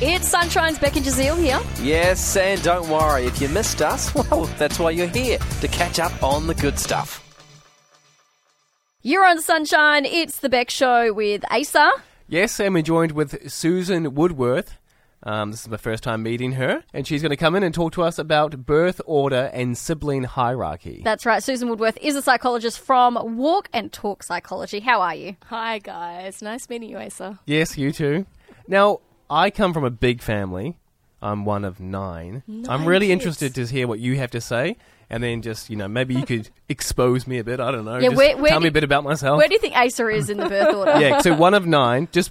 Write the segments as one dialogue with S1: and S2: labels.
S1: It's Sunshine's Becky Jazeel here.
S2: Yes, and don't worry, if you missed us, well, that's why you're here, to catch up on the good stuff.
S1: You're on Sunshine. It's the Beck Show with Asa.
S3: Yes, and we're joined with Susan Woodworth. Um, this is my first time meeting her, and she's going to come in and talk to us about birth order and sibling hierarchy.
S1: That's right. Susan Woodworth is a psychologist from Walk and Talk Psychology. How are you?
S4: Hi guys, nice meeting you, Asa.
S3: yes, you too. Now, I come from a big family. I'm one of 9 I'm
S4: Nine
S3: really
S4: kids.
S3: interested to hear what you have to say, and then just you know maybe you could expose me a bit. I don't know.
S1: Yeah,
S3: just
S1: where- where
S3: tell
S1: do-
S3: me a bit about myself.
S1: Where do you think Asa is in the birth order?
S3: yeah, so one of nine. Just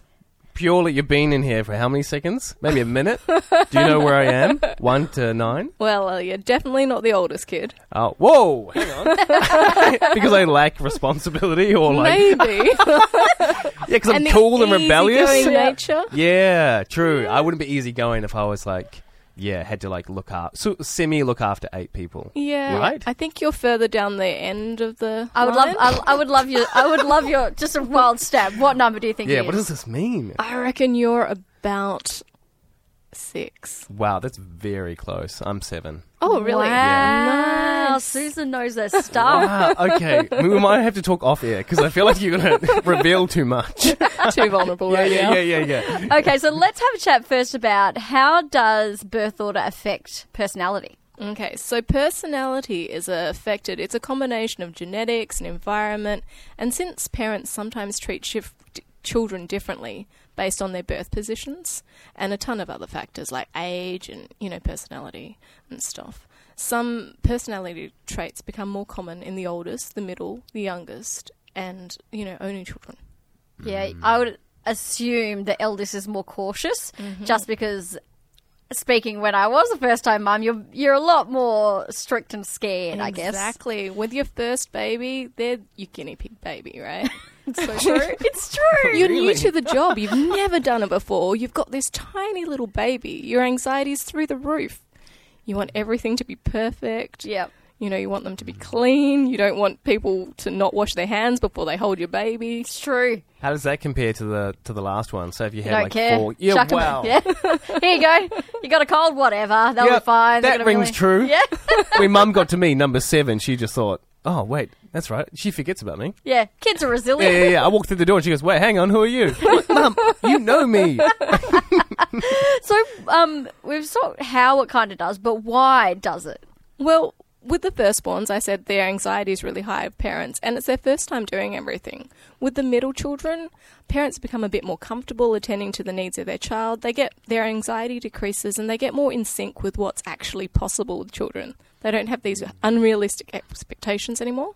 S3: purely, you've been in here for how many seconds? Maybe a minute. do you know where I am? One to nine.
S4: Well, uh, you're definitely not the oldest kid.
S3: Oh, whoa! Hang on, because I lack responsibility, or like,
S4: Maybe.
S3: yeah, because I'm cool and rebellious.
S4: easygoing nature.
S3: Yeah, true. I wouldn't be easygoing if I was like, yeah, had to like look up, so, semi look after eight people.
S4: Yeah.
S3: Right?
S4: I think you're further down the end of the.
S1: I would love.
S4: line.
S1: I, I would love your. I would love your. Just a wild stab. What number do you think?
S3: Yeah,
S1: it
S3: what
S1: is?
S3: does this mean?
S4: I reckon you're about six.
S3: Wow, that's very close. I'm seven.
S1: Wow,
S4: Oh, really? Nice.
S1: Susan knows her stuff.
S3: Wow, okay. We might have to talk off air because I feel like you're going to reveal too much.
S4: Too vulnerable
S3: Yeah,
S4: right now.
S3: yeah, yeah, yeah, yeah.
S1: okay, so let's have a chat first about how does birth order affect personality?
S4: Okay, so personality is affected. It's a combination of genetics and environment, and since parents sometimes treat shif- d- children differently based on their birth positions and a ton of other factors like age and you know personality and stuff. Some personality traits become more common in the oldest, the middle, the youngest, and you know only children.
S1: Yeah,
S3: Hmm.
S1: I would assume the eldest is more cautious, just because. Speaking when I was a first time mum, you're you're a lot more strict and scared, I guess.
S4: Exactly. With your first baby, they're your guinea pig baby, right?
S1: It's so true. it's true.
S4: You're new to the job. You've never done it before. You've got this tiny little baby. Your anxiety's through the roof. You want everything to be perfect.
S1: Yep.
S4: You know, you want them to be clean. You don't want people to not wash their hands before they hold your baby.
S1: It's true.
S3: How does that compare to the to the last one? So if you had
S1: You don't
S3: like
S1: care.
S3: four, yeah,
S1: Chuck 'em
S3: wow,
S1: out. Yeah. Here you go. You got a cold, whatever. They'll
S3: Yeah,
S1: be fine. They're
S3: That
S1: gonna
S3: rings
S1: really-
S3: true.
S1: Yeah.
S3: when mum got to me, number seven, she just thought, oh, wait, that's right. She forgets about me.
S1: Yeah. Kids are
S3: Yeah,
S1: resilient.
S3: yeah, yeah. I walked through the door and she goes, wait, hang on, who are you? What, mum, you know me.
S1: So, um, we've saw how it kind of does, but why does it?
S4: Well, with the firstborns, I said their anxiety is really high of parents, and it's their first time doing everything. With the middle children, parents become a bit more comfortable attending to the needs of their child. They get their anxiety decreases, and they get more in sync with what's actually possible with children. They don't have these unrealistic expectations anymore.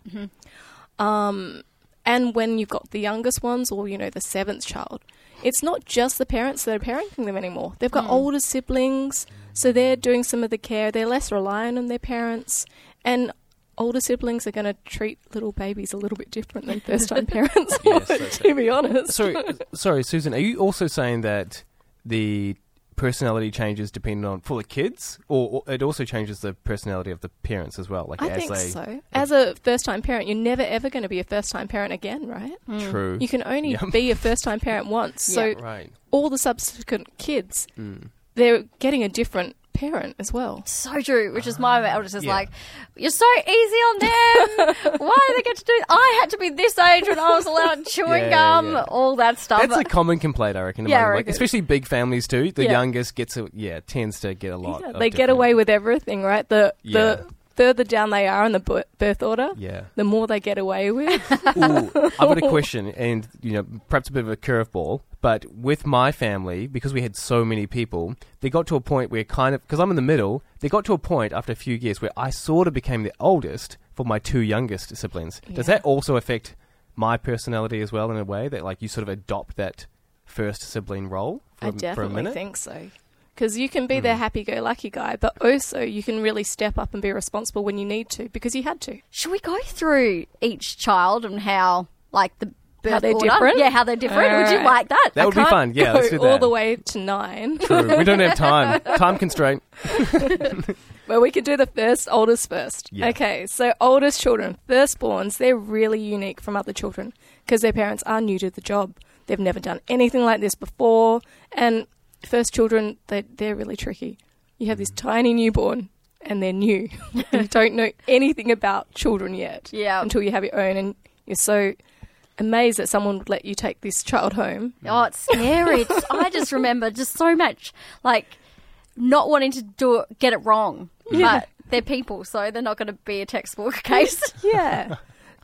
S4: Um, and when you've got the youngest ones, or you know, the seventh child, it's not just the parents that are parenting them anymore. They've
S3: Mm.
S4: got older siblings, so they're doing some of the care. They're less reliant on their parents, and older siblings are going to treat little babies a little bit different than first-time parents.
S3: Yes,
S4: would,
S3: that's
S4: to be honest,
S3: sorry, sorry, Susan, are you also saying that the personality changes depending on for the kids, or, or it also changes the personality of the parents as well? Like
S4: I
S3: as
S4: think
S3: they
S4: so. As a first-time parent, you're never ever going to be a first-time parent again, right?
S3: true.
S1: Mm.
S4: You can only
S3: Yep.
S4: be a first-time parent once, so
S1: Yeah.
S3: right.
S4: all the subsequent kids
S3: Mm.
S4: they're getting a different parent as well.
S1: So true, which is my eldest is
S3: yeah.
S1: like, you're so easy on them. Why do they get to do? I had to be this age when I was allowed chewing
S3: Yeah,
S1: gum,
S3: yeah.
S1: all that stuff.
S3: That's a common complaint, I reckon.
S1: Yeah, I
S3: among, like,
S1: reckon.
S3: especially big families too. The
S4: Yeah.
S3: youngest gets, a, yeah, tends to get a lot.
S4: Yeah,
S3: of
S4: they get
S3: different-
S4: away with everything, right? The
S3: Yeah.
S4: the further down they are in the bu- birth order,
S3: Yeah.
S4: the more they get away with.
S3: Ooh, I've got a question, and you know, perhaps a bit of a curveball, but with my family, because we had so many people, they got to a point where kind of, because I'm in the middle, they got to a point after a few years where I sort of became the oldest for my two youngest siblings. Does
S4: Yeah.
S3: that also affect my personality as well in a way that, like, you sort of adopt that first sibling role for,
S4: I
S3: a- for a
S4: definitely
S3: minute? Mm-hmm.
S4: think so. Because you can be the happy-go-lucky guy, but also you can really step up and be responsible when you need to because you had to.
S1: Should we go through each child and how like the birth
S4: they're
S1: order?
S4: different?
S1: Yeah, how they're different. Would you
S4: Alright.
S1: like that?
S3: that would be
S4: Can't
S3: fun. Yeah,
S4: go
S3: let's do that.
S4: all the way to nine.
S3: True. We don't have time. Time constraint.
S4: Well, we could do the first oldest first.
S3: Yeah.
S4: Okay, so oldest children, firstborns, they're really unique from other children because their parents are new to the job. They've never done anything like this before, and first children, they, they're really tricky. You have this tiny newborn and they're new and you don't know anything about children yet
S1: Yeah.
S4: until you have your own and you're so amazed that someone would let you take this child home.
S1: Oh, it's scary. It's, I just remember just so much like not wanting to do it, get it wrong. But they're people, so they're not going to be a textbook case.
S4: Yeah.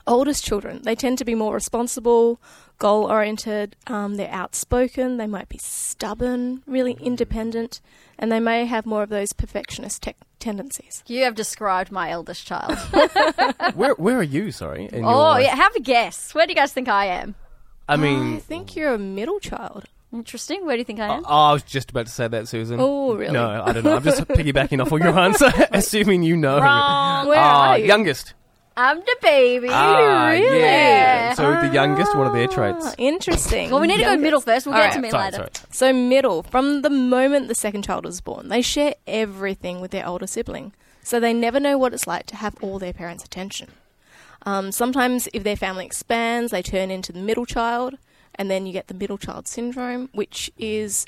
S4: Oldest children, they tend to be more responsible, goal oriented, um, they're outspoken, they might be stubborn, really
S3: Mm.
S4: independent, and they may have more of those perfectionist tec- tendencies.
S1: you have described my eldest child.
S3: where where are you? Sorry. in your
S1: oh,
S3: life?
S1: yeah. Have a guess. Where do you guys think I am?
S3: I
S4: I
S3: mean,
S4: think you're a middle child.
S1: Interesting. Where do you think I
S3: I,
S1: am?
S3: I was just about to say that, Susan.
S4: Oh, really?
S3: No, I don't know. I'm just piggybacking off on your answer, assuming you know.
S1: Wrong.
S4: Where
S3: Ah,
S4: are you?
S3: youngest.
S1: I'm the baby.
S3: Ah,
S1: really?
S3: yeah. So the youngest, one of their
S4: Ah,
S3: traits.
S4: interesting.
S1: Well, we need to go
S4: Youngest.
S1: middle first. We'll
S4: All
S1: get
S4: right.
S1: to me
S3: Sorry,
S1: later.
S3: sorry.
S4: So, middle, from the moment the second child is born, they share everything with their older sibling. So, they never know what it's like to have all their parents' attention. Um, sometimes, if their family expands, they turn into the middle child, and then you get the middle child syndrome, which is,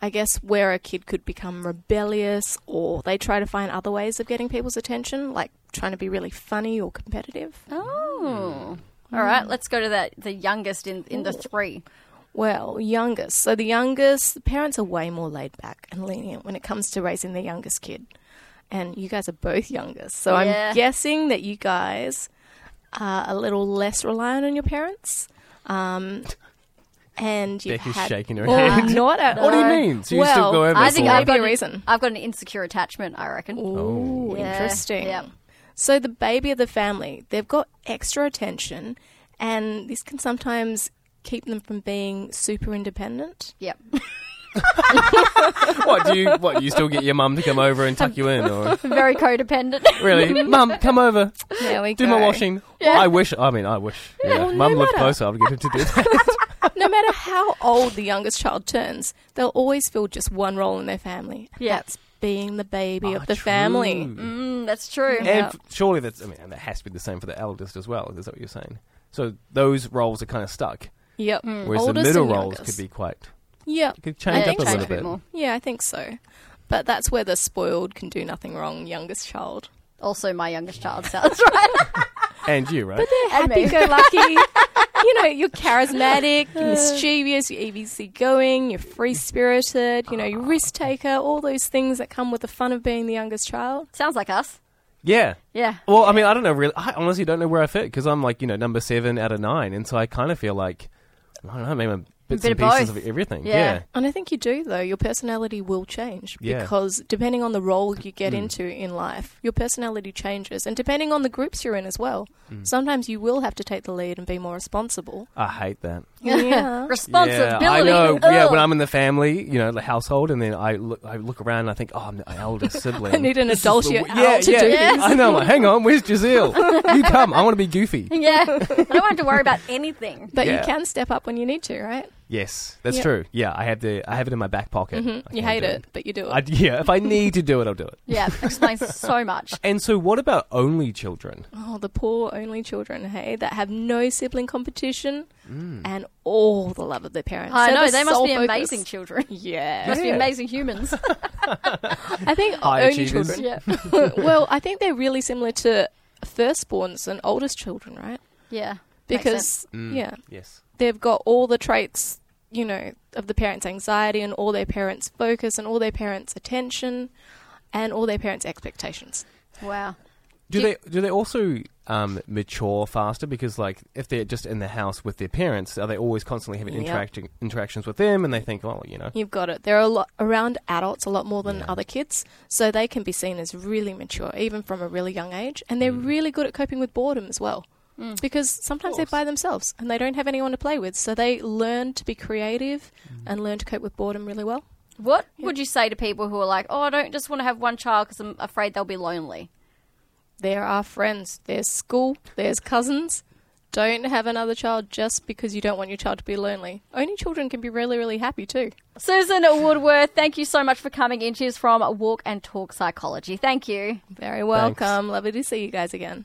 S4: I guess, where a kid could become rebellious or they try to find other ways of getting people's attention, like trying to be really funny or competitive.
S1: Oh. All right, let's go to that the youngest in, in the three.
S4: Well, youngest. So the youngest, the parents are way more laid back and lenient when it comes to raising their youngest kid. And you guys are both youngest. So
S1: Yeah.
S4: I'm guessing that you guys are a little less reliant on your parents. Um, and you've
S3: Becky's
S4: had,
S3: shaking her
S4: Well,
S3: head.
S4: Not at
S3: What do you
S4: all.
S3: mean? So you
S4: well,
S3: still go over
S1: I think
S3: for Oh.
S1: I've
S4: Maybe
S1: got
S4: a
S1: an-
S4: reason.
S1: I've got an insecure attachment, I reckon.
S4: Ooh,
S1: Yeah.
S4: interesting.
S1: Yep.
S4: So the baby of the family, they've got extra attention, and this can sometimes keep them from being super independent.
S1: Yep.
S3: what do you? What you still get your mum to come over and tuck you in, or
S1: Very codependent.
S3: really, mum, come over,
S4: There we
S3: do
S4: go.
S3: my washing. I wish. I mean, I wish. Yeah,
S4: well, no
S3: mum lived
S4: matter.
S3: closer. I'd get her to do that.
S4: no matter how old the youngest child turns, they'll always fill just one role in their family.
S1: Yeah.
S4: That's being the baby
S3: Ah,
S4: of the
S3: true.
S4: family.
S1: mm, that's true.
S3: And f- surely that's. I mean, and that has to be the same for the eldest as well. Is that what you're saying? So those roles are kind of stuck,
S4: Yep.
S1: Mm.
S3: whereas the
S4: Oldest
S3: middle
S4: and
S3: roles
S4: youngest.
S3: could be quite.
S4: Yep.
S3: Could
S1: I
S3: change up
S1: think
S3: a
S1: so.
S3: little
S1: bit
S3: bit.
S1: more.
S4: Yeah, I think so. But that's where the spoiled can do nothing wrong youngest child.
S1: Also, my youngest child sounds right.
S3: And you, right?
S1: And me.
S4: Happy go lucky. you know, you're charismatic, you're mischievous, you're EBC going, you're free spirited, you know, you're risk
S3: Ah.
S4: taker, all those things that come with the fun of being the youngest child.
S1: Sounds like us.
S3: yeah.
S1: Yeah.
S3: Well, I mean, I don't know really. I honestly don't know where I fit because I'm like you know number seven out of nine, and so I kind of feel like I don't know, maybe I'm bits
S1: Bit
S3: and
S1: of
S3: pieces
S1: both.
S3: of everything.
S1: Yeah.
S3: Yeah.
S4: And I think you do, though. Your personality will change
S3: Yeah. Hmm.
S4: because depending on the role you get into in life, your personality changes. And depending on the groups you're in as well,
S3: Hmm.
S4: sometimes you will have to take the lead and be more responsible.
S3: I hate that.
S4: Yeah.
S1: Responsibility.
S3: Yeah, I know. Yeah,
S1: Ugh.
S3: when I'm in the family, you know, the household, and then I look, I look around and I think, oh, I'm the eldest sibling.
S4: I need an
S3: This is
S4: adult
S3: the
S4: year
S3: w-
S4: out to
S3: yeah,
S4: do
S3: yeah.
S1: this.
S3: I know. I'm like, hang on, where's Giselle? you come. I want to be goofy.
S1: yeah. I don't have to worry about anything.
S4: But
S3: Yeah.
S4: you can step up when you need to, right?
S3: Yes, that's
S4: Yeah. Mm-hmm.
S3: true. Yeah, I have the I have it in my back pocket. I
S4: Mm, You
S3: can't
S4: hate
S3: do
S4: it, but you do it.
S3: I, yeah, if I need to do it, I'll do it.
S1: Yeah, explains so much.
S3: And so, what about only children?
S4: oh, the poor only children, hey, that have no sibling competition
S3: Hmm.
S4: and all the love of their parents.
S1: I
S4: So
S1: know
S4: the
S1: they must
S4: sole
S1: be
S4: focus-
S1: amazing children.
S4: Yeah.
S1: Must be
S3: Yeah.
S1: amazing humans.
S4: I think
S3: High
S4: only
S3: achievers.
S4: children.
S1: yeah.
S4: well, I think they're really similar to firstborns and oldest children, right?
S1: Yeah. Makes sense.
S4: Because
S3: Mm.
S4: yeah,
S3: Yes.
S4: they've got all the traits, you know, of the parents' anxiety and all their parents' focus and all their parents' attention and all their parents' expectations.
S1: wow.
S3: Do
S1: Do-
S3: they do they also um, mature faster? Because like if they're just in the house with their parents, are they always constantly having
S4: Yep.
S3: interacting interactions with them, and they think, oh, you know,
S4: You've got it. They're a lot around adults a lot more than other kids, so they can be seen as really mature even from a really young age, and they're really good at coping with boredom as well. Because sometimes they're
S3: course.
S4: by themselves and they don't have anyone to play with, so they learn to be creative and learn to cope with boredom really well.
S1: What would you say to people who are like, "Oh, I don't just want to have one child because I'm afraid they'll be lonely"?
S4: There are friends, there's school, there's cousins. Don't have another child just because you don't want your child to be lonely. Only children can be really, really happy too.
S1: Susan Woodworth, thank you so much for coming in. She's from Walk and Talk Psychology. Thank you.
S4: Very welcome. Lovely to see you guys again.